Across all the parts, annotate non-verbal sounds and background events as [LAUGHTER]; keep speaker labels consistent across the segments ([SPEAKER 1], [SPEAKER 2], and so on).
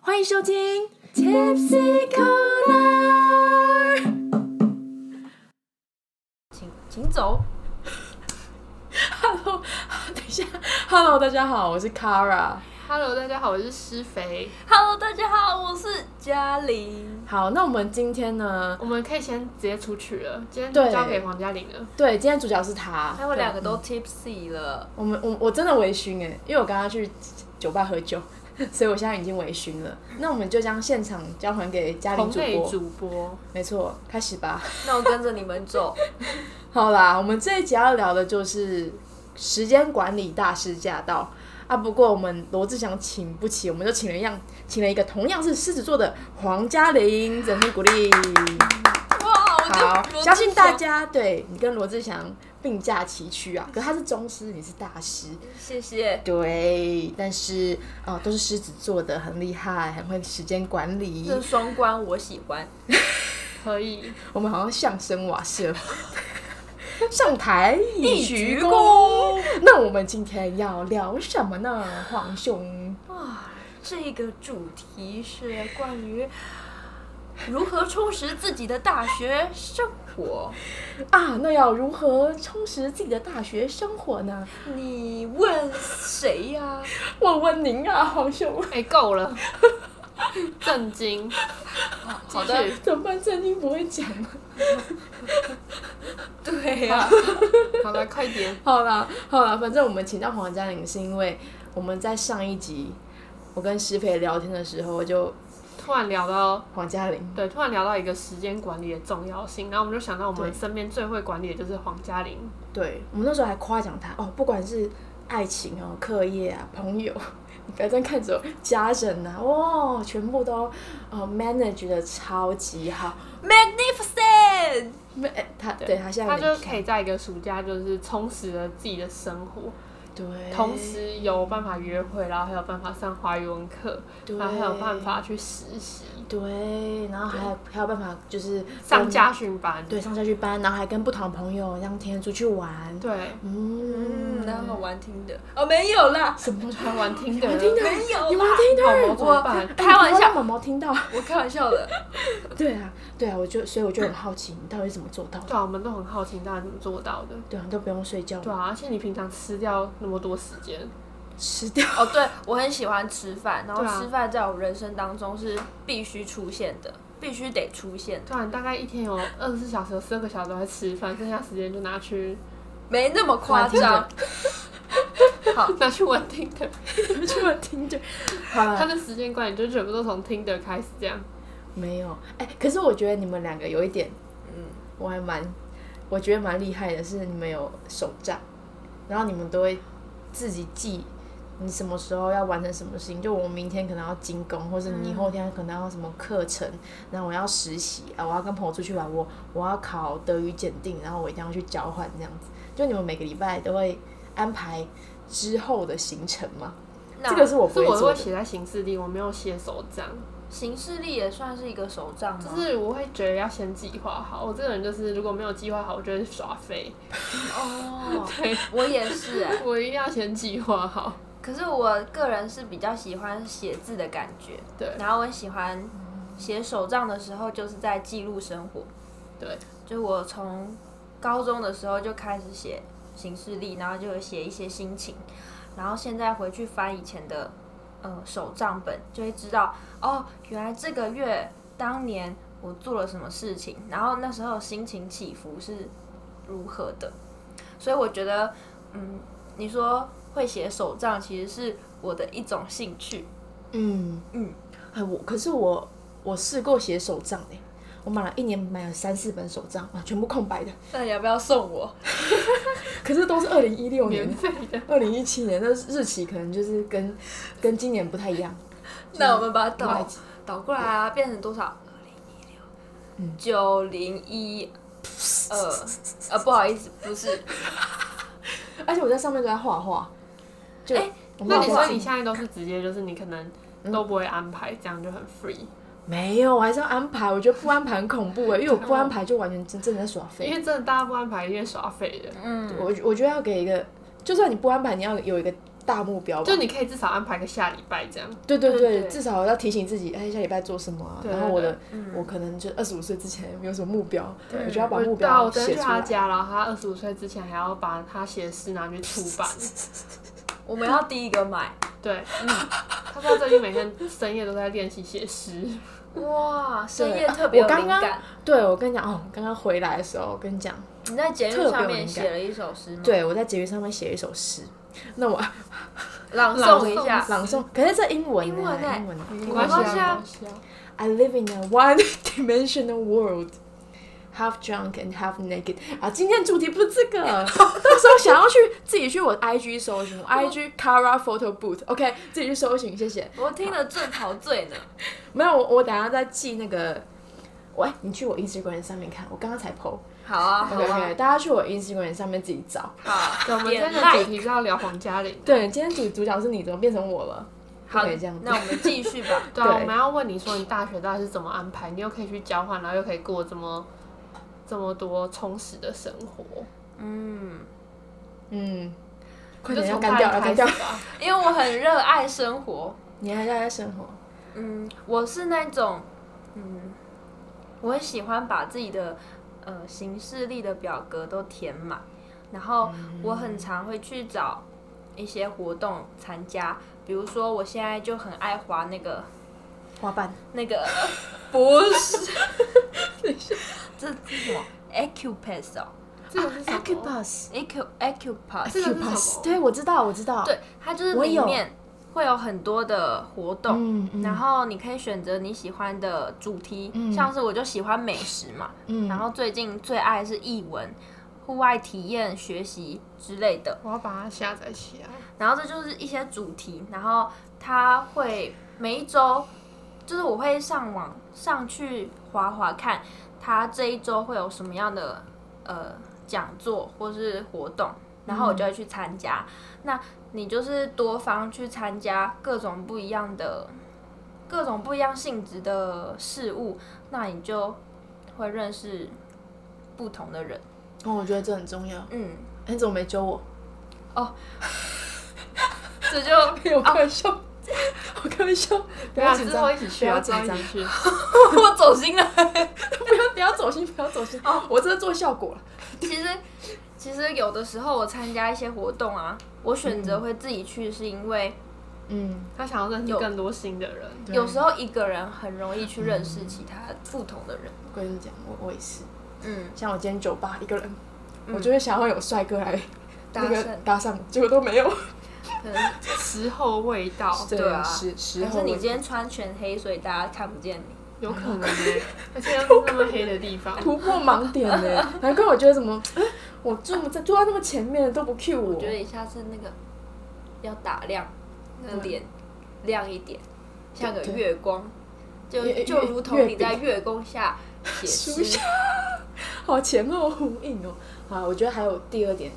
[SPEAKER 1] 欢迎收听 Tipsy Corner。
[SPEAKER 2] 请请走。
[SPEAKER 1] Hello，等一下，Hello，大家好，我是 Kara。
[SPEAKER 3] Hello，大家好，我是施肥。
[SPEAKER 2] Hello，大家好，我是嘉玲。
[SPEAKER 1] 好，那我们今天呢？
[SPEAKER 3] 我们可以先直接出去了，今天
[SPEAKER 1] 对
[SPEAKER 3] 交给黄嘉玲了。
[SPEAKER 1] 对，今天主角是他。
[SPEAKER 2] 哎，我两个都 tipsy 了，
[SPEAKER 1] 我们我我真的微醺哎，因为我刚刚去酒吧喝酒， [LAUGHS] 所以我现在已经微醺了。那我们就将现场交还给嘉玲
[SPEAKER 3] 红
[SPEAKER 1] 主
[SPEAKER 3] 内
[SPEAKER 1] 播。
[SPEAKER 3] 主播，
[SPEAKER 1] 没错，开始吧。
[SPEAKER 2] 那我跟着你们走。
[SPEAKER 1] 好啦，我们这一集要聊的就是时间管理大师驾到啊！不过我们罗志祥请不起，我们就请了一样，请了一个同样是狮子座的黄嘉玲，掌声鼓励。
[SPEAKER 2] [LAUGHS] 哇，我
[SPEAKER 1] 好
[SPEAKER 2] 就，
[SPEAKER 1] 相信大。家对你跟罗志祥并驾齐驱啊，可他是宗师，你是大师，
[SPEAKER 2] 谢谢。
[SPEAKER 1] 对，但是啊、呃都是狮子座的，很厉害，很会时间管理。
[SPEAKER 2] 这双关我喜欢。
[SPEAKER 3] 可以。
[SPEAKER 1] 我们好像相声瓦舍， [LAUGHS] 上台一鞠
[SPEAKER 2] 鞠
[SPEAKER 1] 躬。那我们今天要聊什么呢，黄兄？
[SPEAKER 2] 哇，这个主题是关于如何充实自己的大学生活。
[SPEAKER 1] 啊，那要如何充实自己的大学生活呢？
[SPEAKER 2] 你问谁呀、 [LAUGHS]
[SPEAKER 1] 我问您啊，黄兄，
[SPEAKER 3] 哎、够
[SPEAKER 1] [LAUGHS]
[SPEAKER 3] 了。震惊。
[SPEAKER 2] 好的
[SPEAKER 3] 继续
[SPEAKER 1] 怎么办？正经不会讲 [LAUGHS] 吗？
[SPEAKER 2] 对
[SPEAKER 1] 啊
[SPEAKER 2] 呀、
[SPEAKER 3] 好了，快点。
[SPEAKER 1] 好啦，好啦，反正我们请到黄嘉玲是因为我们在上一集我跟石培聊天的时候，就
[SPEAKER 3] 突然聊到，
[SPEAKER 1] 黄嘉玲，
[SPEAKER 3] 对，突然聊到一个时间管理的重要性，然后我们就想到我
[SPEAKER 1] 对
[SPEAKER 3] 们身边最会管理的就是黄嘉玲。
[SPEAKER 1] 对我们那时候还夸奖她哦，不管是爱情哦、课业啊、朋友， [LAUGHS] 你不要这样看着我家人呐、啊，哇，全部都哦 manage 的超级好。
[SPEAKER 2] m a g n i f i c e n t
[SPEAKER 1] 没，哎他
[SPEAKER 3] 对
[SPEAKER 1] 对他现在
[SPEAKER 3] 她就
[SPEAKER 1] 没
[SPEAKER 3] 可以在一个暑假，就是充实了自己的生活，
[SPEAKER 1] 对，
[SPEAKER 3] 同时有办法约会，然后还有办法上华语文课，
[SPEAKER 1] 对
[SPEAKER 3] 然后还有办法去实习，
[SPEAKER 1] 对，然后还有还有办法就是
[SPEAKER 3] 上
[SPEAKER 1] 跟
[SPEAKER 3] 家训班。
[SPEAKER 1] 对上下去班，然后还跟不同的朋友这样天天出去玩。
[SPEAKER 3] 对，
[SPEAKER 1] 嗯，
[SPEAKER 2] 嗯，那好玩听的哦，没有啦，
[SPEAKER 1] 什
[SPEAKER 3] [LAUGHS]
[SPEAKER 1] 么
[SPEAKER 3] 台湾听
[SPEAKER 1] 你
[SPEAKER 3] 的
[SPEAKER 1] 们听到？
[SPEAKER 2] 没有
[SPEAKER 1] 你们
[SPEAKER 2] 啦，
[SPEAKER 1] 听到？
[SPEAKER 3] 毛怎么
[SPEAKER 2] 我
[SPEAKER 3] 办？
[SPEAKER 1] 哎
[SPEAKER 2] 开玩，
[SPEAKER 1] 你不要
[SPEAKER 2] 笑
[SPEAKER 1] 让毛毛听
[SPEAKER 3] [LAUGHS]
[SPEAKER 1] 到。
[SPEAKER 2] 我开玩笑的。
[SPEAKER 1] 对啊，对啊，我就所以我就很好奇，你到底是怎么做到的？
[SPEAKER 3] 对啊，我们都很好奇，大家怎么做到的？
[SPEAKER 1] 对啊，你都不用睡觉，
[SPEAKER 3] 对啊，而且你平常吃掉那么多时间，
[SPEAKER 1] 吃掉。
[SPEAKER 2] 哦，对，我很喜欢吃饭，然后
[SPEAKER 3] 对啊
[SPEAKER 2] 吃饭在我人生当中是必须出现的，必须得出现的，
[SPEAKER 3] 对啊，你大概一天有二十四小时，有十二个小时都在吃饭，剩下时间就拿去
[SPEAKER 2] 没那么夸张。好，
[SPEAKER 3] [LAUGHS] 拿去玩听的。
[SPEAKER 1] 这么听着，好
[SPEAKER 3] 他
[SPEAKER 1] 了，
[SPEAKER 3] 的时间管理就全部都从听的开始这样。
[SPEAKER 1] 没有。哎、可是我觉得你们两个有一点，
[SPEAKER 2] 嗯，
[SPEAKER 1] 我还蛮，我觉得蛮厉害的是你们有手账，然后你们都会自己记。你什么时候要完成什么事情？就我明天可能要精工，或者你后天可能要什么课程，然后我要实习啊，我要跟朋友出去玩，我我要考德语检定，然后我一定要去交换这样子。就你们每个礼拜都会安排之后的行程吗？
[SPEAKER 2] 那
[SPEAKER 1] 这个啊是我不
[SPEAKER 3] 是我
[SPEAKER 1] 会
[SPEAKER 3] 都
[SPEAKER 1] 做
[SPEAKER 3] 会
[SPEAKER 1] 的。
[SPEAKER 3] 写在行事历，我没有写手账，
[SPEAKER 2] 行事历也算是一个手账吗？
[SPEAKER 3] 就是我会觉得要先计划好。我这个人就是如果没有计划好，我就会耍废。
[SPEAKER 2] 哦，
[SPEAKER 3] 对，
[SPEAKER 2] 我也是、哎，
[SPEAKER 3] 我一定要先计划好。
[SPEAKER 2] 可是我个人是比较喜欢写字的感觉，
[SPEAKER 3] 对
[SPEAKER 2] 然后我喜欢写手账的时候，就是在记录生活。
[SPEAKER 3] 对，
[SPEAKER 2] 就我从高中的时候就开始写行事历，然后就有写一些心情，然后现在回去翻以前的呃手账本，就会知道哦，原来这个月当年我做了什么事情，然后那时候心情起伏是如何的。所以我觉得，嗯，你说会写手账其实是我的一种兴趣。
[SPEAKER 1] 嗯嗯
[SPEAKER 2] 嗯，
[SPEAKER 1] 哎，我可是我我试过写手账哎、我买了一年买了三四本手账啊，全部空白的，
[SPEAKER 2] 那你要不要送我？
[SPEAKER 1] 可是都是二零一六年
[SPEAKER 3] 免、费的。
[SPEAKER 1] 二零一七年，那日期可能就是跟跟今年不太一样。
[SPEAKER 2] 那我们把它倒
[SPEAKER 1] 买几
[SPEAKER 2] 倒过来啊，变成多少？二零一六，九零一二，呃，不好意思，不是，
[SPEAKER 1] 而且我在上面都在画画，就、
[SPEAKER 2] 哎
[SPEAKER 1] 我
[SPEAKER 3] 那
[SPEAKER 1] 们
[SPEAKER 3] 你
[SPEAKER 1] 画
[SPEAKER 3] 说你现在都是直接就是你可能
[SPEAKER 1] 嗯
[SPEAKER 3] 都不会安排，这样就很 free，
[SPEAKER 1] 没有，我还是要安排。我觉得不安排很恐怖哎、
[SPEAKER 3] 嗯
[SPEAKER 1] 因为我不安排就完全真正的在耍
[SPEAKER 3] 因
[SPEAKER 1] 废。
[SPEAKER 3] 为真的大家不安排，因为耍废的。
[SPEAKER 2] 嗯，
[SPEAKER 1] 我我觉得要给一个，就算你不安排，你要有一个大目标吧。
[SPEAKER 3] 就你可以至少安排个下礼拜这样。
[SPEAKER 1] 对对
[SPEAKER 2] 对
[SPEAKER 1] 对，
[SPEAKER 2] 对
[SPEAKER 1] 至少要提醒自己，哎，下礼拜做什么啊？
[SPEAKER 3] 对
[SPEAKER 1] 然后我的，
[SPEAKER 2] 嗯
[SPEAKER 1] 我可能就二十五岁之前没有什么目标，
[SPEAKER 2] 对
[SPEAKER 1] 我就要把目
[SPEAKER 3] 对啊，
[SPEAKER 1] 标
[SPEAKER 3] 我昨
[SPEAKER 1] 写
[SPEAKER 3] 天去
[SPEAKER 1] 出
[SPEAKER 3] 他
[SPEAKER 1] 来。
[SPEAKER 3] 家，然后他二十五岁之前还要把他写的诗拿去出
[SPEAKER 1] [LAUGHS]
[SPEAKER 3] 版。
[SPEAKER 2] 我们要第一个买，
[SPEAKER 3] 对，嗯，他说他最近每天深夜都在练习
[SPEAKER 1] [LAUGHS]
[SPEAKER 3] 写诗。
[SPEAKER 2] 哇，深
[SPEAKER 1] 对
[SPEAKER 2] 夜
[SPEAKER 1] 啊
[SPEAKER 2] 特别有
[SPEAKER 1] 我刚
[SPEAKER 2] 灵
[SPEAKER 1] 刚
[SPEAKER 2] 感。
[SPEAKER 1] 对，我跟你讲哦，刚刚回来的时候，我跟你讲，
[SPEAKER 2] 你在节
[SPEAKER 1] 特别
[SPEAKER 2] 目
[SPEAKER 1] 有
[SPEAKER 2] 上面
[SPEAKER 1] 灵感
[SPEAKER 2] 写了一首诗吗？，
[SPEAKER 1] 对我在节语上面写一首诗，那我
[SPEAKER 2] [LAUGHS] 朗诵一
[SPEAKER 3] 朗
[SPEAKER 2] 下
[SPEAKER 3] 诵。
[SPEAKER 1] 朗诵，可是这英文呢
[SPEAKER 2] 英文欸
[SPEAKER 1] 英文呢
[SPEAKER 3] 没
[SPEAKER 2] 关系啊
[SPEAKER 3] 啊，没关系啊。
[SPEAKER 1] I live in a [LAUGHS] one-dimensional world, half drunk and half naked。啊，今天主题不是这个，到时候想要去自己去我 IG 搜寻我，IG Kara Photo Booth，OK，、自己去搜寻，谢谢。
[SPEAKER 2] 我听得正陶醉呢，
[SPEAKER 1] 没有，我我等一下再寄那个。喂，你去我 Instagram 上面看，我刚刚才 PO。
[SPEAKER 2] 好啊，好
[SPEAKER 1] OK
[SPEAKER 2] 啊
[SPEAKER 1] OK，，大家去我 Instagram 上面自己找。
[SPEAKER 2] 好，啊
[SPEAKER 3] 对，我们今天的主题是要聊黄嘉玲。
[SPEAKER 1] 对，今天主主角是你，怎么变成我了？不
[SPEAKER 2] 好
[SPEAKER 1] 可以这样，子
[SPEAKER 2] 那。我们继续吧。
[SPEAKER 3] 对啊，
[SPEAKER 1] 对
[SPEAKER 3] 我们要问你说你大学到底是怎么安排？你又可以去交换，然后又可以过这么这么多充实的生活，
[SPEAKER 2] 嗯，
[SPEAKER 1] 嗯，快
[SPEAKER 3] 就
[SPEAKER 1] 点要
[SPEAKER 3] 从
[SPEAKER 1] 干
[SPEAKER 3] 大
[SPEAKER 1] 掉，
[SPEAKER 3] 一
[SPEAKER 1] 要
[SPEAKER 3] 开
[SPEAKER 1] 干
[SPEAKER 3] 始
[SPEAKER 1] 掉。
[SPEAKER 3] 吧。
[SPEAKER 2] 因为我很热爱生活，
[SPEAKER 1] 你还在生活？
[SPEAKER 2] 嗯，我是那种，嗯，我很喜欢把自己的呃行事历的表格都填满，然后
[SPEAKER 1] 嗯
[SPEAKER 2] 我很常会去找一些活动参加，比如说我现在就很爱滑那个
[SPEAKER 1] 花瓣。
[SPEAKER 2] 那个 [LAUGHS] 不
[SPEAKER 1] [LAUGHS]
[SPEAKER 2] 是，这是什么 Acupass 哦
[SPEAKER 3] 这个是什
[SPEAKER 1] a c u p
[SPEAKER 3] 么？
[SPEAKER 1] u s
[SPEAKER 2] ，Acu Acupass，
[SPEAKER 3] 这
[SPEAKER 1] c u
[SPEAKER 3] 个是
[SPEAKER 1] p u s
[SPEAKER 3] 什么
[SPEAKER 1] 对，我知道，我知道。
[SPEAKER 2] 对，它就是
[SPEAKER 1] 啊我
[SPEAKER 2] 里
[SPEAKER 1] 有
[SPEAKER 2] 面会有很多的活动。
[SPEAKER 1] 嗯，嗯
[SPEAKER 2] 然后你可以选择你喜欢的主题，
[SPEAKER 1] 嗯
[SPEAKER 2] 像是我就喜欢美食嘛，
[SPEAKER 1] 嗯，
[SPEAKER 2] 然后最近最爱是译文、户外体验、学习之类的。
[SPEAKER 3] 我要把它下载起来。
[SPEAKER 2] 然后这就是一些主题，然后它会每一周，就是我会上网上去滑滑看，它这一周会有什么样的呃讲座或是活动，然后我就会去参
[SPEAKER 1] 嗯
[SPEAKER 2] 加。那你就是多方去参加各种不一样的、各种不一样性质的事物，那你就会认识不同的人。
[SPEAKER 1] 哦，我觉得这很重要。
[SPEAKER 2] 嗯，
[SPEAKER 1] 哎你怎么没揪我？
[SPEAKER 2] 这就
[SPEAKER 1] [LAUGHS] 没有，我开玩笑，我开玩笑。不
[SPEAKER 3] 对
[SPEAKER 1] 要
[SPEAKER 3] 啊，
[SPEAKER 1] 紧
[SPEAKER 3] 之
[SPEAKER 1] 张
[SPEAKER 3] 后一，起去啊，
[SPEAKER 1] 不
[SPEAKER 3] 之
[SPEAKER 1] 要紧
[SPEAKER 3] 后一
[SPEAKER 1] 张
[SPEAKER 3] 起去。
[SPEAKER 2] 我走心了。
[SPEAKER 1] [LAUGHS] 不要不要走心，不要走心。哦，我这是做效果了。
[SPEAKER 2] 其实，其实有的时候我参加一些活动啊，我选择会自己去，是因为
[SPEAKER 1] 嗯，
[SPEAKER 3] [LAUGHS] 他想要认识
[SPEAKER 2] 有
[SPEAKER 3] 更多新的人。
[SPEAKER 1] 对
[SPEAKER 2] 有时候一个人很容易去认识其他不同的人。
[SPEAKER 1] 我跟你讲，我我也是。
[SPEAKER 2] 嗯，
[SPEAKER 1] 像我今天酒吧一个人，
[SPEAKER 2] 嗯
[SPEAKER 1] 我就会想要有帅哥来
[SPEAKER 2] 搭
[SPEAKER 1] 那
[SPEAKER 2] 讪
[SPEAKER 1] 个搭讪，结果都没有。
[SPEAKER 2] 可能，
[SPEAKER 3] 时候未到，
[SPEAKER 2] 对啊
[SPEAKER 1] 时时
[SPEAKER 2] 可
[SPEAKER 1] 候
[SPEAKER 2] 是你
[SPEAKER 1] 未
[SPEAKER 2] 今天穿全黑，所以大家看不见你。
[SPEAKER 3] 有可能耶，而且又是那么黑的地方。
[SPEAKER 1] [LAUGHS] 突破盲点呢， [LAUGHS] 难怪我觉得怎么，哎我坐在坐在那么前面的都不 cue 我
[SPEAKER 2] 我觉得你下次那个要打亮，那个脸亮一点，像个
[SPEAKER 1] 对
[SPEAKER 2] 月光，就
[SPEAKER 1] 月
[SPEAKER 2] 就
[SPEAKER 1] 月
[SPEAKER 2] 如同你
[SPEAKER 1] 月饼
[SPEAKER 2] 在月
[SPEAKER 1] [LAUGHS]
[SPEAKER 2] 光下写
[SPEAKER 1] 书
[SPEAKER 2] 诗。
[SPEAKER 1] 好前后呼应哦。好，我觉得还有第二点，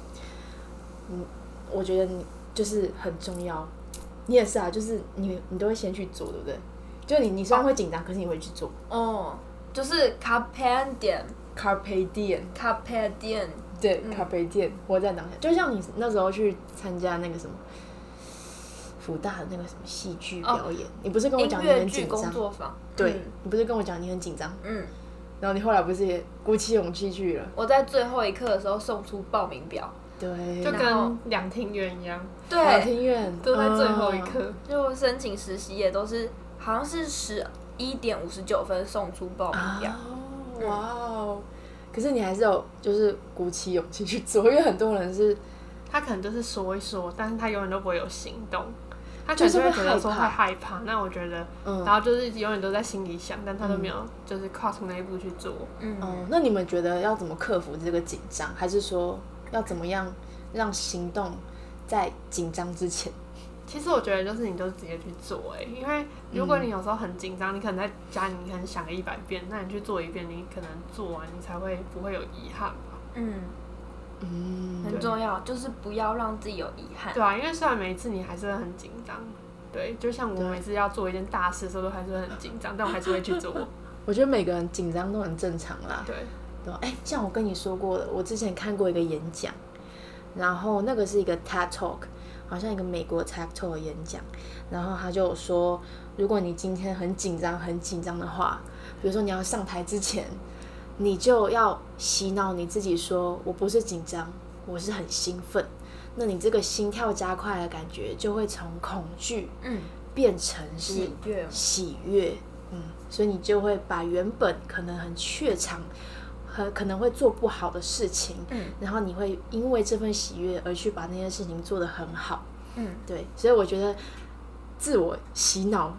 [SPEAKER 1] 嗯，我觉得你就是很重要，你也是啊，就是你你都会先去做，对不对？就你你虽然会紧张，可是你会去做。
[SPEAKER 2] 哦，就是 carpe diem。
[SPEAKER 1] Carpe diem，
[SPEAKER 2] 咖啡店，
[SPEAKER 1] 对、
[SPEAKER 2] 嗯
[SPEAKER 1] c a r p e diem，活在当下。就像你那时候去参加那个什么。福大的那个什么戏剧表演，你不是跟我
[SPEAKER 2] 音
[SPEAKER 1] 讲你
[SPEAKER 2] 乐
[SPEAKER 1] 很
[SPEAKER 2] 剧
[SPEAKER 1] 紧
[SPEAKER 2] 工
[SPEAKER 1] 张？
[SPEAKER 2] 作坊。
[SPEAKER 1] 对、
[SPEAKER 2] 嗯
[SPEAKER 1] 你不是跟我讲你很紧张？
[SPEAKER 2] 嗯，
[SPEAKER 1] 然后你后来不是也鼓起勇气去了？
[SPEAKER 2] 我在最后一刻的时候送出报名表，
[SPEAKER 1] 对，
[SPEAKER 3] 就
[SPEAKER 2] 然后
[SPEAKER 3] 跟两厅院一样，
[SPEAKER 1] 老
[SPEAKER 2] 对，
[SPEAKER 1] 庭院
[SPEAKER 3] 都在最后一
[SPEAKER 1] 嗯
[SPEAKER 3] 刻。
[SPEAKER 2] 就申请实习也都是好像是十一点五十九分送出报名表。
[SPEAKER 1] 哦，哇哦！可是你还是有就是鼓起勇气去做，因为很多人是
[SPEAKER 3] 他可能就是说一说，但是他永远都不会有行动。他可
[SPEAKER 1] 就
[SPEAKER 3] 能
[SPEAKER 1] 是
[SPEAKER 3] 就
[SPEAKER 1] 会
[SPEAKER 3] 会觉得说
[SPEAKER 1] 害
[SPEAKER 3] 会
[SPEAKER 1] 怕
[SPEAKER 3] 害怕，那我觉得，
[SPEAKER 1] 嗯
[SPEAKER 3] 然后就是永远都在心里想，但他都没有就是跨出那一步去做。
[SPEAKER 2] 嗯，
[SPEAKER 1] 嗯，那你们觉得要怎么克服这个紧张，还是说要怎么样让行动在紧张之前？
[SPEAKER 3] 其实我觉得就是你就直接去做哎、因为如果你有时候很紧张，你可能在家里你可能想个一百遍，那你去做一遍，你可能做完你才会不会有遗憾吧？
[SPEAKER 2] 嗯，
[SPEAKER 1] 嗯，
[SPEAKER 2] 很重要，就是不要让自己有遗憾。
[SPEAKER 3] 对啊，因为虽然每一次你还是会很紧张，对，啊就像我
[SPEAKER 1] 对
[SPEAKER 3] 每次要做一件大事的时候都还是会很紧张，但我还是会去
[SPEAKER 2] [LAUGHS]
[SPEAKER 3] 做。
[SPEAKER 1] 我觉得每个人紧张都很正常啦。
[SPEAKER 3] 对，
[SPEAKER 1] 对吧，哎，像我跟你说过的，我之前看过一个演讲，然后那个是一个 TED Talk，好像一个美国 TACTO 的演讲，然后他就有说，如果你今天很紧张、很紧张的话，比如说你要上台之前，你就要洗脑你自己说，我不是紧张，我是很兴奋。那你这个心跳加快的感觉，就会从恐惧
[SPEAKER 2] 嗯，
[SPEAKER 1] 变成是
[SPEAKER 2] 喜悦
[SPEAKER 1] 喜悦，嗯，所以你就会把原本可能很怯场，和可能会做不好的事情，
[SPEAKER 2] 嗯
[SPEAKER 1] 然后你会因为这份喜悦而去把那件事情做得很好，
[SPEAKER 2] 嗯，
[SPEAKER 1] 对，所以我觉得自我洗脑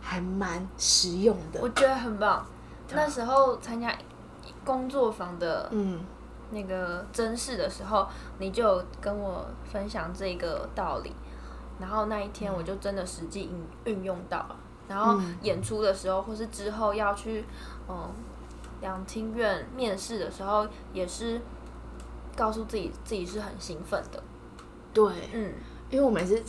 [SPEAKER 1] 还蛮实用
[SPEAKER 2] 我
[SPEAKER 1] 的，
[SPEAKER 2] 觉得很棒。那时候参加工作坊的
[SPEAKER 1] 嗯，
[SPEAKER 2] 那个真试的时候，你就有跟我分享这个道理，然后那一天我就真的实际运运用到了。然后
[SPEAKER 1] 嗯
[SPEAKER 2] 演出的时候，或是之后要去嗯两厅院面试的时候，也是告诉自己自己是很兴奋的。
[SPEAKER 1] 对，
[SPEAKER 2] 嗯，
[SPEAKER 1] 因为我每次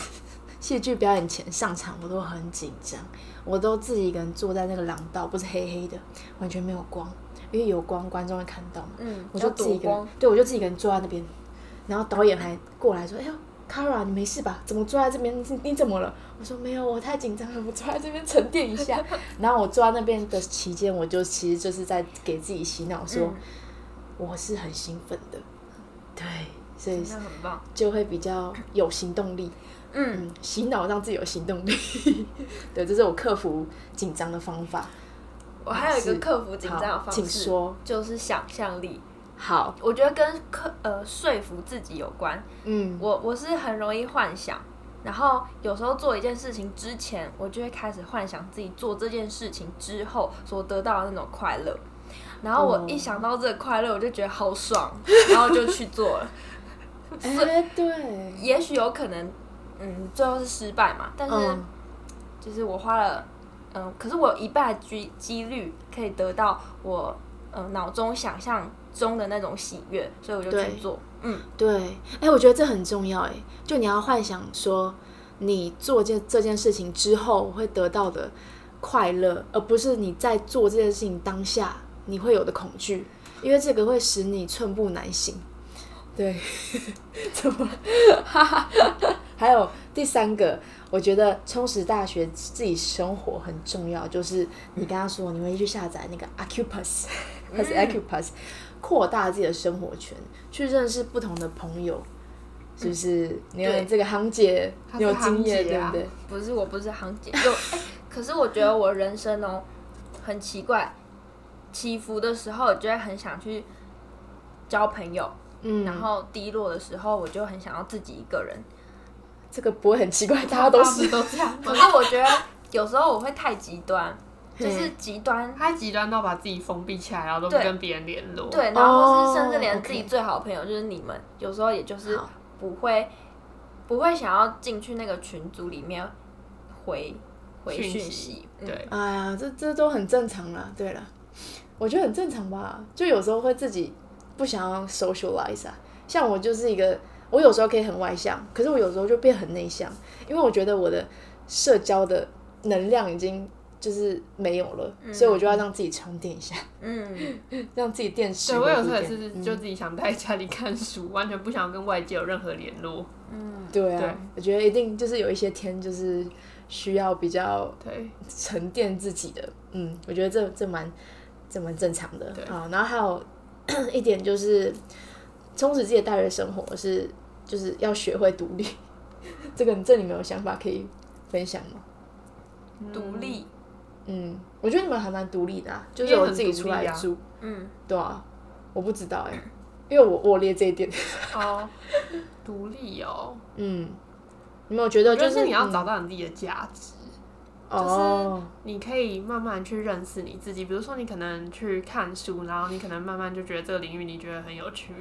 [SPEAKER 1] 戏剧表演前上场，我都很紧张，我都自己一个人坐在那个廊道，不是黑黑的，完全没有光，因为有光观众会看到嘛。
[SPEAKER 2] 嗯
[SPEAKER 1] 我就
[SPEAKER 2] 要
[SPEAKER 1] 自己一
[SPEAKER 2] 躲
[SPEAKER 1] 个人
[SPEAKER 2] 光，
[SPEAKER 1] 对我就自己一个人坐在那边，然后导演还过来说：“哎呦，Kara，你没事吧？怎么坐在这边？你你怎么了？”我说：“没有，我太紧张了，我坐在这边沉淀一
[SPEAKER 2] [LAUGHS]
[SPEAKER 1] 下。”然后我坐在那边的期间，我就其实就是在给自己洗脑说，
[SPEAKER 2] 嗯
[SPEAKER 1] 我是很兴奋的，对，所以
[SPEAKER 2] 真的很棒。
[SPEAKER 1] 就会比较有行动力。
[SPEAKER 2] 嗯，
[SPEAKER 1] 嗯，洗脑让自己有行动力。 [LAUGHS] 对，这是我克服紧张的方法。
[SPEAKER 2] 我还有一个
[SPEAKER 1] 是
[SPEAKER 2] 克服紧张的
[SPEAKER 1] 好
[SPEAKER 2] 方式，
[SPEAKER 1] 请说
[SPEAKER 2] 就是想象力。
[SPEAKER 1] 好，
[SPEAKER 2] 我觉得跟克呃说服自己有关。
[SPEAKER 1] 嗯，
[SPEAKER 2] 我我是很容易幻想，然后有时候做一件事情之前，我就会开始幻想自己做这件事情之后所得到的那种快乐。然后我
[SPEAKER 1] 哦
[SPEAKER 2] 一想到这个快乐，我就觉得好爽，然后就去做了。
[SPEAKER 1] 哎、对，
[SPEAKER 2] 也许有可能，嗯，最后是失败嘛，但是
[SPEAKER 1] 嗯
[SPEAKER 2] 就是我花了，嗯，可是我有一半的几几率可以得到我，嗯，脑中想象中的那种喜悦，所以我就
[SPEAKER 1] 对
[SPEAKER 2] 去做。嗯，
[SPEAKER 1] 对，哎、我觉得这很重要，哎，就你要幻想说你做这这件事情之后会得到的快乐，而不是你在做这件事情当下你会有的恐惧，因为这个会使你寸步难行。对， [LAUGHS] 怎么了？ [LAUGHS] 还有第三个，我觉得充实大学自己生活很重要，就是你刚刚说你会去下载那个 Acupass 还是 Acupass，扩大自己的生活圈，去认识不同的朋友，是不是？你有
[SPEAKER 2] 对
[SPEAKER 1] 这个行姐，
[SPEAKER 3] 她
[SPEAKER 1] 你
[SPEAKER 3] 是
[SPEAKER 1] 有经验，
[SPEAKER 3] 夯姐啊
[SPEAKER 1] 对不
[SPEAKER 2] 不是，我不是行姐，有哎、可是我觉得我人生哦，很奇怪，起伏的时候，我就会很想去交朋友，
[SPEAKER 1] 对？嗯，
[SPEAKER 2] 然后低落的时候，我就很想要自己一个人。
[SPEAKER 1] 这个不会很奇怪，大家都是
[SPEAKER 3] 都这样
[SPEAKER 2] 可是我觉得有时候我会太极端，就是
[SPEAKER 1] 嗯
[SPEAKER 2] 极端
[SPEAKER 3] 他极端到把自己封闭起来，然后都不
[SPEAKER 2] 对
[SPEAKER 3] 跟别人联络。
[SPEAKER 2] 对，然后是甚
[SPEAKER 1] 哦
[SPEAKER 2] 至连自己
[SPEAKER 1] OK
[SPEAKER 2] 最好的朋友就是你们，有时候也就是
[SPEAKER 1] 好
[SPEAKER 2] 不会不会想要进去那个群组里面回回
[SPEAKER 3] 讯
[SPEAKER 2] 讯
[SPEAKER 3] 息
[SPEAKER 2] 息，嗯
[SPEAKER 3] 对，
[SPEAKER 1] 哎呀，这这都很正常啦。 [LAUGHS] 对了，我觉得很正常吧，就有时候会自己不想要 socialize 啊。像我就是一个，我有时候可以很外向，可是我有时候就变很内向，因为我觉得我的社交的能量已经就是没有了，
[SPEAKER 3] 嗯
[SPEAKER 1] 所以我就要让自己充电一下， [LAUGHS]
[SPEAKER 2] 嗯，
[SPEAKER 1] 让自己电池
[SPEAKER 3] 对
[SPEAKER 1] 恢
[SPEAKER 3] 我
[SPEAKER 1] 复一
[SPEAKER 3] 有
[SPEAKER 1] 点。嗯
[SPEAKER 3] 时候也是就自己想待在家里看书，完全不想跟外界有任何联络。
[SPEAKER 1] 对啊，
[SPEAKER 3] 对
[SPEAKER 1] 我觉得一定就是有一些天就是需要比较
[SPEAKER 3] 对，
[SPEAKER 1] 沉淀自己的，嗯，我觉得这这蛮这蛮正常的
[SPEAKER 3] 对。
[SPEAKER 1] 好，然后还有 [COUGHS] 一点就是充实自己的大学生活是就是要学会独立， [LAUGHS] 这个这你们有想法可以分享吗？
[SPEAKER 2] 独立，
[SPEAKER 1] 嗯，我觉得你们还蛮独立的、啊，就
[SPEAKER 3] 你
[SPEAKER 1] 是
[SPEAKER 3] 也
[SPEAKER 1] 我
[SPEAKER 3] 很
[SPEAKER 1] 自己
[SPEAKER 3] 独
[SPEAKER 1] 出
[SPEAKER 3] 立
[SPEAKER 1] 来
[SPEAKER 3] 啊
[SPEAKER 1] 住，
[SPEAKER 2] 嗯，
[SPEAKER 1] 对啊，我不知道哎、因为我我列这一点，
[SPEAKER 3] 哦，独立哦，
[SPEAKER 1] 嗯，你们有觉得
[SPEAKER 3] 我觉
[SPEAKER 1] 就
[SPEAKER 3] 得是你要
[SPEAKER 1] 嗯
[SPEAKER 3] 找到你自己的价值。
[SPEAKER 1] 哦，
[SPEAKER 3] 你可以慢慢去认识你自己，比如说你可能去看书，然后你可能慢慢就觉得这个领域你觉得很有趣，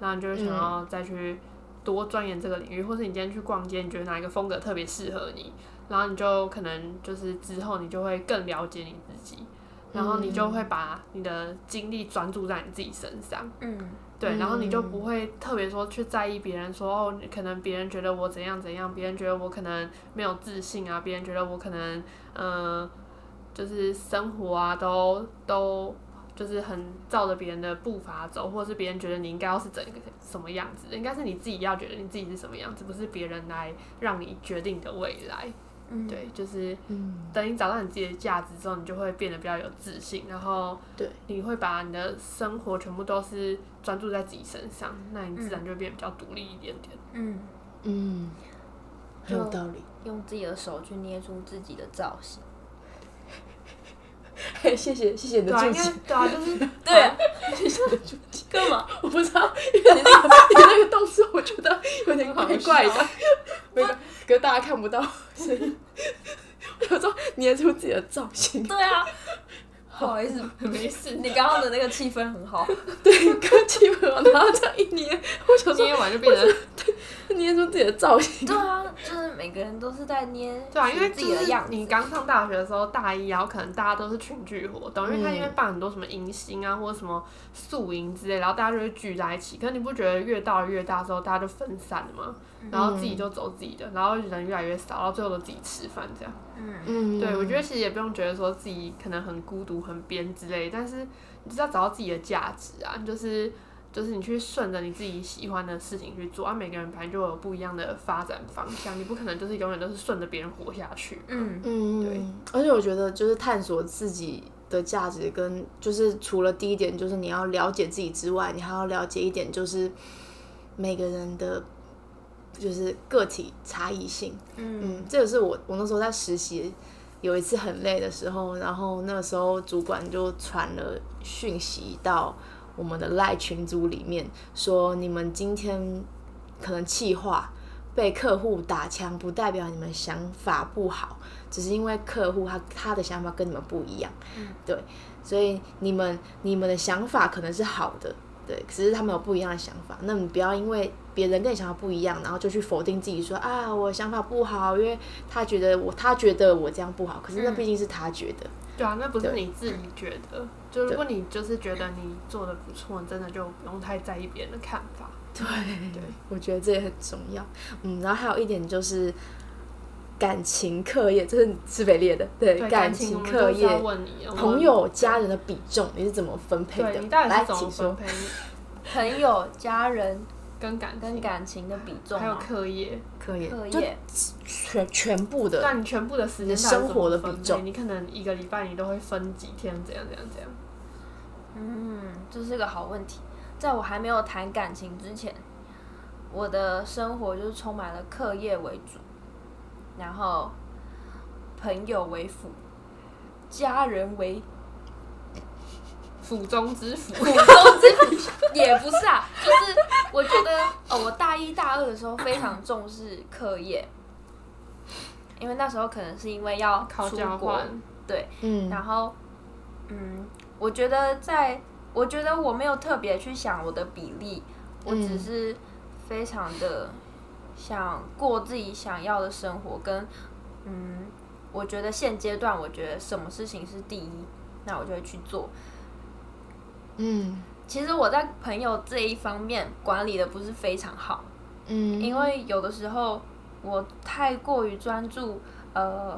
[SPEAKER 3] 然后你就会想要再去多钻研这个领
[SPEAKER 1] 嗯
[SPEAKER 3] 域，或是你今天去逛街，你觉得哪一个风格特别适合你，然后你就可能就是之后你就会更了解你自己，然后
[SPEAKER 1] 嗯
[SPEAKER 3] 你就会把你的精力专注在你自己身上。
[SPEAKER 2] 嗯，
[SPEAKER 3] 对，
[SPEAKER 1] 嗯
[SPEAKER 3] 然后你就不会特别说去在意别人说哦，可能别人觉得我怎样怎样，别人觉得我可能没有自信啊，别人觉得我可能嗯、呃就是生活啊都都就是很照着别人的步伐走，或者是别人觉得你应该要是怎个什么样子，应该是你自己要觉得你自己是什么样子，不是别人来让你决定你的未来。
[SPEAKER 2] 嗯，
[SPEAKER 3] 对，就是
[SPEAKER 1] 嗯，
[SPEAKER 3] 等你找到你自己的价值之后，你就会变得比较有自信，然后
[SPEAKER 1] 对，
[SPEAKER 3] 你会把你的生活全部都是专注在自己身上，那你自然就会变得比较独立一点点。
[SPEAKER 2] 嗯，
[SPEAKER 1] 嗯，很有
[SPEAKER 2] 就
[SPEAKER 1] 道理。
[SPEAKER 3] [LAUGHS]
[SPEAKER 2] 用自己的手去捏出自己的造型。
[SPEAKER 1] 谢谢谢谢你的
[SPEAKER 3] 对
[SPEAKER 1] 注
[SPEAKER 3] 啊，应
[SPEAKER 1] 解
[SPEAKER 3] 该，对啊，就是 [LAUGHS]
[SPEAKER 2] 对啊，干 [LAUGHS] 嘛？
[SPEAKER 1] 我不知道，因为你那个你那个动作，我觉得有点怪怪
[SPEAKER 3] 很好
[SPEAKER 1] 的，没关，可是大家看不到，所以我说捏出自己的造型，
[SPEAKER 2] 对啊，不好意思，
[SPEAKER 1] 没事，
[SPEAKER 2] 你刚刚的那个气氛很好，
[SPEAKER 1] 对，跟气氛，然后这样一捏，我想说
[SPEAKER 3] 今天晚就变成
[SPEAKER 1] 捏出自己的造型，
[SPEAKER 2] 对啊，就是每个人都是在捏
[SPEAKER 3] 对啊，因为
[SPEAKER 2] 自
[SPEAKER 3] 就
[SPEAKER 2] 己的
[SPEAKER 3] 是
[SPEAKER 2] 样子，
[SPEAKER 3] 你刚上大学的时候，大一，然后可能大家都是群聚活动，因为他
[SPEAKER 1] 嗯
[SPEAKER 3] 因为办很多什么迎新啊，或者什么宿营之类，然后大家就会聚在一起。可是你不觉得越到越大之后，大家就分散了吗？然后自己就走自己的，然后人越来越少，然后最后都自己吃饭这样。
[SPEAKER 2] 嗯
[SPEAKER 1] 嗯
[SPEAKER 3] 对，我觉得其实也不用觉得说自己可能很孤独、很边之类，但是你就是要找到自己的价值啊，就是就是你去顺着你自己喜欢的事情去做啊。每个人本来就有不一样的发展方向，你不可能就是永远都是顺着别人活下去。
[SPEAKER 2] 嗯
[SPEAKER 1] 嗯，
[SPEAKER 3] 对
[SPEAKER 1] 而且我觉得就是探索自己的价值跟，就是除了第一点就是你要了解自己之外，你还要了解一点就是每个人的就是个体差异性。
[SPEAKER 2] 嗯
[SPEAKER 1] 嗯，这个是我我那时候在实习，有一次很累的时候，然后那个时候主管就传了讯息到我们的赖群组里面，说你们今天可能气话被客户打枪，不代表你们想法不好，只是因为客户他他的想法跟你们不一样，
[SPEAKER 2] 嗯
[SPEAKER 1] 对，所以你们你们的想法可能是好的，对，只是他们有不一样的想法，那你不要因为别人跟你想法不一样，然后就去否定自己说啊，我想法不好，因为他觉得我他觉得我这样不好，可是那
[SPEAKER 2] 嗯
[SPEAKER 1] 毕竟是他觉得，
[SPEAKER 3] 对啊，那不是
[SPEAKER 1] 对
[SPEAKER 3] 你自己觉得，就如果你就是觉得你做的不错，你真的就不用太在意别人的看法。
[SPEAKER 1] 对
[SPEAKER 3] 对，
[SPEAKER 1] 我觉得这也很重要。嗯，然后还有一点就是感情课业，这是是北列的，对，
[SPEAKER 3] 对
[SPEAKER 1] 感
[SPEAKER 3] 情
[SPEAKER 1] 情
[SPEAKER 3] 我们
[SPEAKER 1] 课
[SPEAKER 3] 就是要
[SPEAKER 1] 业、
[SPEAKER 3] 问你，我们
[SPEAKER 1] 朋友、家人的比重你是怎么分配
[SPEAKER 3] 对
[SPEAKER 1] 的
[SPEAKER 3] 你到？底
[SPEAKER 1] 来，
[SPEAKER 3] 是怎么
[SPEAKER 1] 请说。
[SPEAKER 3] 分配
[SPEAKER 2] 朋友、家人
[SPEAKER 3] 跟感
[SPEAKER 2] 跟
[SPEAKER 3] 情
[SPEAKER 2] 感情的比重
[SPEAKER 3] 还有
[SPEAKER 1] 哦
[SPEAKER 2] 嘛，
[SPEAKER 3] 课业？
[SPEAKER 1] 课业
[SPEAKER 2] 课
[SPEAKER 1] 就
[SPEAKER 2] 业，
[SPEAKER 1] 全全部的
[SPEAKER 3] 那你全部的时间到底
[SPEAKER 1] 生活的
[SPEAKER 3] 怎么
[SPEAKER 1] 比
[SPEAKER 3] 分配
[SPEAKER 1] 重
[SPEAKER 3] 你可能一个礼拜你都会分几天，怎样怎样怎样。
[SPEAKER 2] 嗯，这是个好问题。在我还没有谈感情之前，我的生活就是充满了课业为主，然后朋友为辅，家人
[SPEAKER 3] [LAUGHS]
[SPEAKER 2] 为
[SPEAKER 3] 府中之府，
[SPEAKER 2] 都是也不是啊，就是我觉得哦，我大一大二的时候非常重视课业，因为那时候可能是因为要
[SPEAKER 3] 考
[SPEAKER 2] 出
[SPEAKER 3] 交
[SPEAKER 2] 国，
[SPEAKER 3] 换，
[SPEAKER 2] 对，
[SPEAKER 1] 嗯
[SPEAKER 2] 然后嗯，我觉得在我觉得我没有特别去想我的比例，我
[SPEAKER 1] 嗯
[SPEAKER 2] 只是非常的想过自己想要的生活，跟嗯，我觉得现阶段我觉得什么事情是第一，那我就会去做，
[SPEAKER 1] 嗯
[SPEAKER 2] 其实我在朋友这一方面管理的不是非常好，
[SPEAKER 1] 嗯，
[SPEAKER 2] 因为有的时候我太过于专注，呃，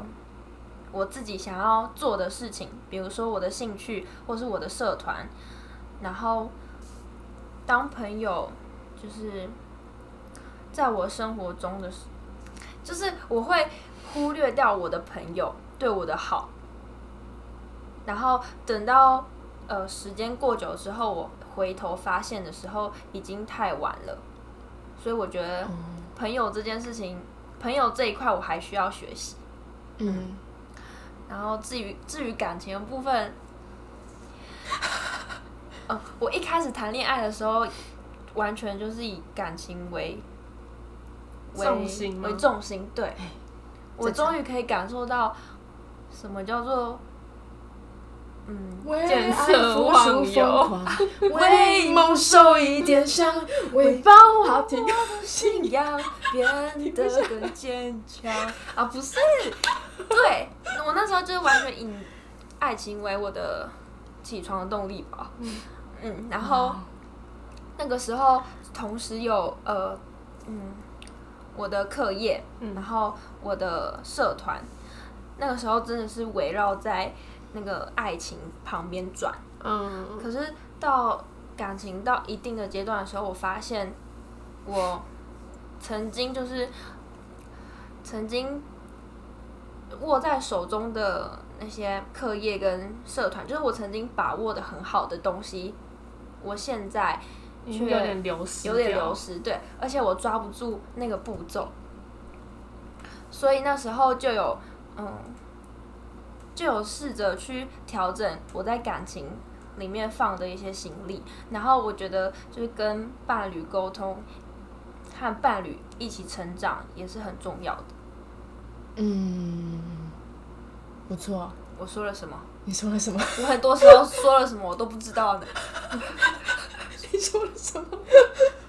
[SPEAKER 2] 我自己想要做的事情，比如说我的兴趣或是我的社团，然后当朋友就是在我生活中的时，就是我会忽略掉我的朋友对我的好，然后等到呃时间过久之后，我回头发现的时候已经太晚了，所以我觉得朋友这件事情，朋友这一块我还需要学习。
[SPEAKER 1] 嗯，
[SPEAKER 2] 然后至于至于感情的部分， [LAUGHS] 呃，我一开始谈恋爱的时候，完全就是以感情为为
[SPEAKER 3] 重心吗
[SPEAKER 2] 为重心。
[SPEAKER 3] [LAUGHS]
[SPEAKER 2] 对，我终于可以感受到什么叫做嗯，
[SPEAKER 3] 见色忘友，
[SPEAKER 1] 为梦受一点伤，为报好天
[SPEAKER 2] 我的信仰变得更坚强啊！不是，对我那时候就是完全以爱情为我的起床的动力吧。嗯然后那个时候同时有呃嗯我的课业，
[SPEAKER 3] 嗯
[SPEAKER 2] 然后我的社团，那个时候真的是围绕在那个爱情旁边转。
[SPEAKER 3] 嗯，
[SPEAKER 2] 可是到感情到一定的阶段的时候，我发现我曾经就是曾经握在手中的那些课业跟社团，就是我曾经把握的很好的东西，我现在
[SPEAKER 3] 已经有点流失，
[SPEAKER 2] 有点流。失，对，而且我抓不住那个步骤，所以那时候就有嗯，就有试着去调整我在感情里面放的一些行李，然后我觉得就是跟伴侣沟通和伴侣一起成长也是很重要的。
[SPEAKER 1] 嗯，不错。
[SPEAKER 2] 我说了什么？
[SPEAKER 1] 你说了什么？
[SPEAKER 2] 我很多时候说了什么我都不知道呢。
[SPEAKER 1] 你说了什么？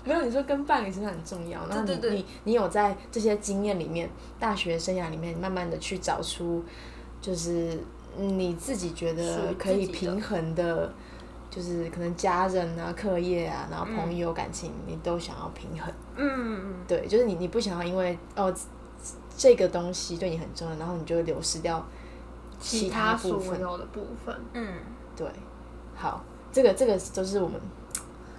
[SPEAKER 1] 没有，你说跟伴侣真的很重要。然后你
[SPEAKER 2] 对对对
[SPEAKER 1] 你你有在这些经验里面，大学生涯里面，慢慢的去找出，就是你自己觉
[SPEAKER 2] 属于自
[SPEAKER 1] 得
[SPEAKER 2] 己
[SPEAKER 1] 可以
[SPEAKER 2] 的
[SPEAKER 1] 平衡的，就是可能家人啊、课业啊，然后朋友、感情，你都想要平衡。
[SPEAKER 2] 嗯，
[SPEAKER 1] 对，就是你你不想要因为哦这个东西对你很重要，然后你就流失掉
[SPEAKER 3] 其
[SPEAKER 1] 他
[SPEAKER 3] 他
[SPEAKER 1] 部
[SPEAKER 3] 所
[SPEAKER 1] 分。
[SPEAKER 3] 有的部分，
[SPEAKER 2] 嗯，
[SPEAKER 1] 对，好，这个这个都是我们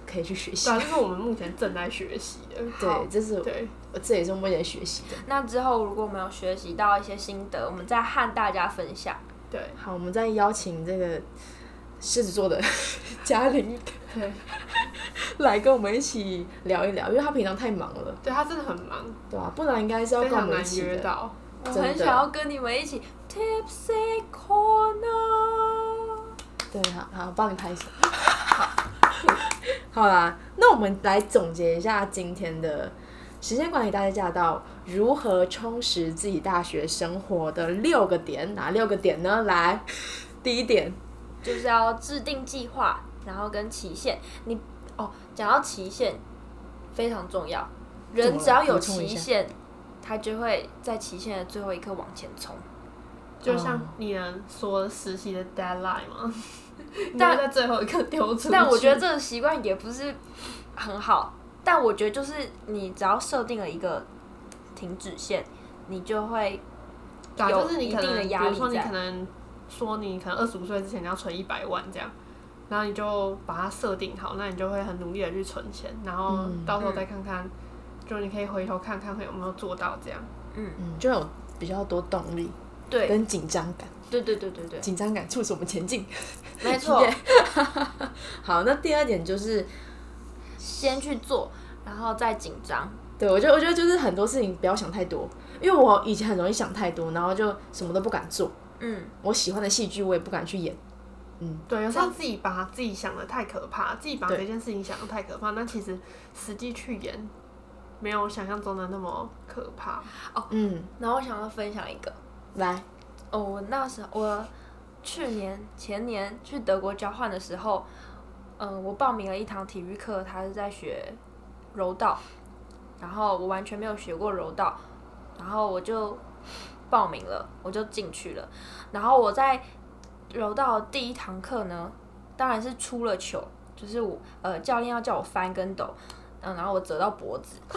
[SPEAKER 1] 可以去学习
[SPEAKER 3] 对。啊，这是我们目前正在学习的。
[SPEAKER 2] 好
[SPEAKER 1] 对，这是
[SPEAKER 3] 对，
[SPEAKER 1] 我这也是我目前学习的。
[SPEAKER 2] 那之后如果我们有学习到一些心得，我们再和大家分享。
[SPEAKER 3] 对，
[SPEAKER 1] 好，我们再邀请这个狮子座的 [LAUGHS] 嘉玲
[SPEAKER 3] 对，
[SPEAKER 1] 来跟我们一起聊一聊，因为她平常太忙了，
[SPEAKER 3] 对他真的很忙，
[SPEAKER 1] 对吧、不然应该是要
[SPEAKER 3] 非
[SPEAKER 1] 跟我
[SPEAKER 3] 常
[SPEAKER 1] 们一
[SPEAKER 3] 难
[SPEAKER 1] 起
[SPEAKER 3] 约
[SPEAKER 1] 的。
[SPEAKER 3] 到。
[SPEAKER 2] 我
[SPEAKER 1] 真
[SPEAKER 2] 很
[SPEAKER 1] 的
[SPEAKER 2] 想要跟你们一起 Tipsy Corner。
[SPEAKER 1] 对，好好帮你拍手。 [LAUGHS] 好啦，那我们来总结一下今天的时间管理大家驾到如何充实自己大学生活的六个点，哪六个点呢？来，第一点，
[SPEAKER 2] 就是要制定计划，然后跟期限。你哦，讲到期限非常重要，
[SPEAKER 1] 怎么
[SPEAKER 2] 人
[SPEAKER 1] 了
[SPEAKER 2] 只要有
[SPEAKER 1] 补充
[SPEAKER 2] 期
[SPEAKER 1] 一下
[SPEAKER 2] 限，他就会在期限的最后一刻往前冲。
[SPEAKER 3] 就像
[SPEAKER 1] 哦
[SPEAKER 3] 你能说实习的 deadline 吗？你
[SPEAKER 2] 但
[SPEAKER 3] 会在最后一刻丢出去。
[SPEAKER 2] 但我觉得这个习惯也不是很好。但我觉得就是你只要设定了一个停止线，你就会
[SPEAKER 3] 对啊，
[SPEAKER 2] 有
[SPEAKER 3] 就是你
[SPEAKER 2] 一
[SPEAKER 3] 可
[SPEAKER 2] 定
[SPEAKER 3] 能，
[SPEAKER 2] 的压
[SPEAKER 3] 比如
[SPEAKER 2] 力
[SPEAKER 3] 说你
[SPEAKER 2] 在
[SPEAKER 3] 可能说你可能二十五岁之前你要存一百万这样，然后你就把它设定好，那你就会很努力的去存钱，然后
[SPEAKER 1] 嗯
[SPEAKER 3] 到时候
[SPEAKER 2] 嗯
[SPEAKER 3] 再看看，就你可以回头看看会有没有做到这样。
[SPEAKER 1] 嗯，就有比较多动力
[SPEAKER 2] 对
[SPEAKER 1] 跟紧张感，
[SPEAKER 2] 对对对对对，
[SPEAKER 1] 紧张感促使我们前进。 [LAUGHS]
[SPEAKER 2] 没错，
[SPEAKER 1] 好，那第二点就是，
[SPEAKER 2] 先去做，然后再紧张。
[SPEAKER 1] 对我觉得我觉得就是很多事情不要想太多，因为我以前很容易想太多，然后就什么都不敢做。
[SPEAKER 2] 嗯，
[SPEAKER 1] 我喜欢的戏剧我也不敢去演，
[SPEAKER 3] 对，有时候自己把自己想的太可怕，自己把
[SPEAKER 1] 对
[SPEAKER 3] 这件事情想的太可怕，那其实实际去演，没有想象中的那么可怕。
[SPEAKER 2] 哦
[SPEAKER 1] 嗯，
[SPEAKER 2] 然后我想要分享一个，
[SPEAKER 1] 来，
[SPEAKER 2] 哦，我那时候我去年前年去德国交换的时候，嗯、我报名了一堂体育课，他是在学柔道，然后我完全没有学过柔道，然后我就报名了，我就进去了，然后我在柔道的第一堂课呢，当然是出了球，就是我呃教练要叫我翻跟斗。嗯，然后我折到脖子， [LAUGHS]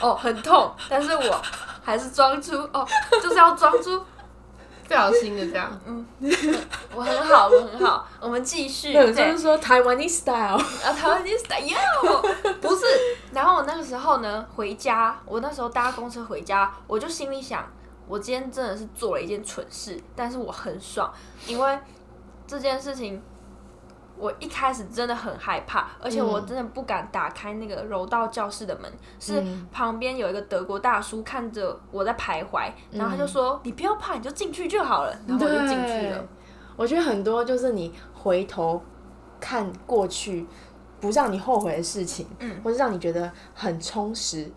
[SPEAKER 2] 哦，很痛，但是我还是装出哦，就是要装出
[SPEAKER 3] 不小心的这样，
[SPEAKER 2] 嗯我很好，我很好，我们继续。
[SPEAKER 1] 有人
[SPEAKER 2] 嗯对
[SPEAKER 1] 就是说台湾的
[SPEAKER 2] [LAUGHS]
[SPEAKER 1] style，
[SPEAKER 2] 然后台湾就是打呀，不是。然后我那个时候呢，回家，我那时候搭公车回家，我就心里想，我今天真的是做了一件蠢事，但是我很爽，因为这件事情。我一开始真的很害怕，而且我
[SPEAKER 1] 嗯
[SPEAKER 2] 真的不敢打开那个柔道教室的门，是
[SPEAKER 1] 嗯
[SPEAKER 2] 旁边有一个德国大叔看着我在徘徊，然后他就
[SPEAKER 1] 嗯
[SPEAKER 2] 说：“你不要怕，你就进去就好了。”然后我就进去了
[SPEAKER 1] 对。我觉得很多就是你回头看过去，不让你后悔的事情，
[SPEAKER 2] 嗯
[SPEAKER 1] 或是让你觉得很充实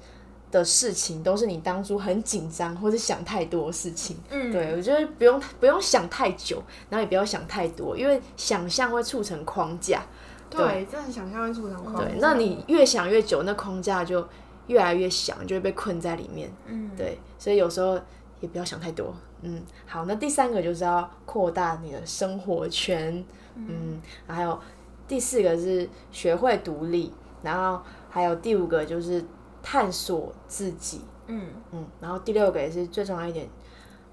[SPEAKER 1] 的事情，都是你当初很紧张或是想太多的事情。
[SPEAKER 2] 嗯，
[SPEAKER 1] 对，我觉得不用不用想太久，然后也不要想太多，因为想象会促成框架。
[SPEAKER 3] 对，真的想象会出场框
[SPEAKER 1] 对
[SPEAKER 3] 架。，
[SPEAKER 1] 那你越想越久，那框架就越来越小，你就会被困在里面。
[SPEAKER 2] 嗯，
[SPEAKER 1] 对，所以有时候也不要想太多。嗯，好，那第三个就是要扩大你的生活圈。嗯，还有第四个是学会独立，然后还有第五个就是探索自己。
[SPEAKER 2] 嗯
[SPEAKER 1] 嗯，然后第六个也是最重要一点，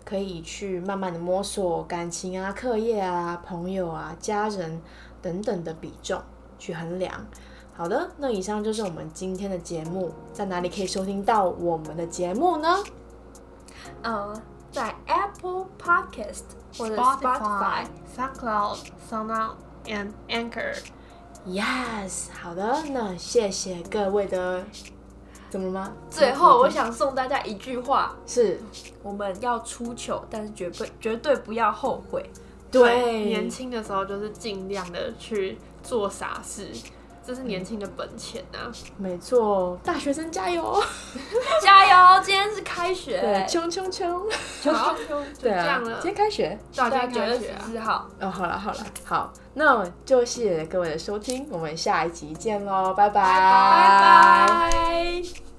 [SPEAKER 1] 可以去慢慢的摸索感情啊、课业啊、朋友啊、家人等等的比重去衡量。好的，那以上就是我们今天的节目，在哪里可以收听到我们的节目呢？
[SPEAKER 2] 呃，在 Apple Podcast 或者
[SPEAKER 3] Spotify
[SPEAKER 2] Spotify、
[SPEAKER 3] SoundCloud、SoundOn and Anchor。
[SPEAKER 1] Yes，好的，那谢谢各位的，怎么了吗？
[SPEAKER 2] 最后，我想送大家一句话：
[SPEAKER 1] 是
[SPEAKER 2] 我们要出糗，但是绝对绝对不要后悔。
[SPEAKER 1] 对
[SPEAKER 3] 年轻的时候就是尽量的去做傻事，这是年轻的本钱啊。
[SPEAKER 1] 没错，大学生加油！
[SPEAKER 2] [LAUGHS] 加油！今天是开学，
[SPEAKER 1] 对，冲冲冲！
[SPEAKER 3] 好，就这
[SPEAKER 1] 对
[SPEAKER 3] 样
[SPEAKER 1] 啊
[SPEAKER 3] 了，，
[SPEAKER 1] 今天开学
[SPEAKER 3] 大
[SPEAKER 2] 在
[SPEAKER 3] 家
[SPEAKER 2] 九
[SPEAKER 3] 开
[SPEAKER 2] 月
[SPEAKER 3] 学
[SPEAKER 2] 十
[SPEAKER 3] 啊，
[SPEAKER 2] 四号，
[SPEAKER 1] 哦。好了好了，好，那我就谢谢各位的收听，我们下一集见喽，拜拜
[SPEAKER 2] 拜拜。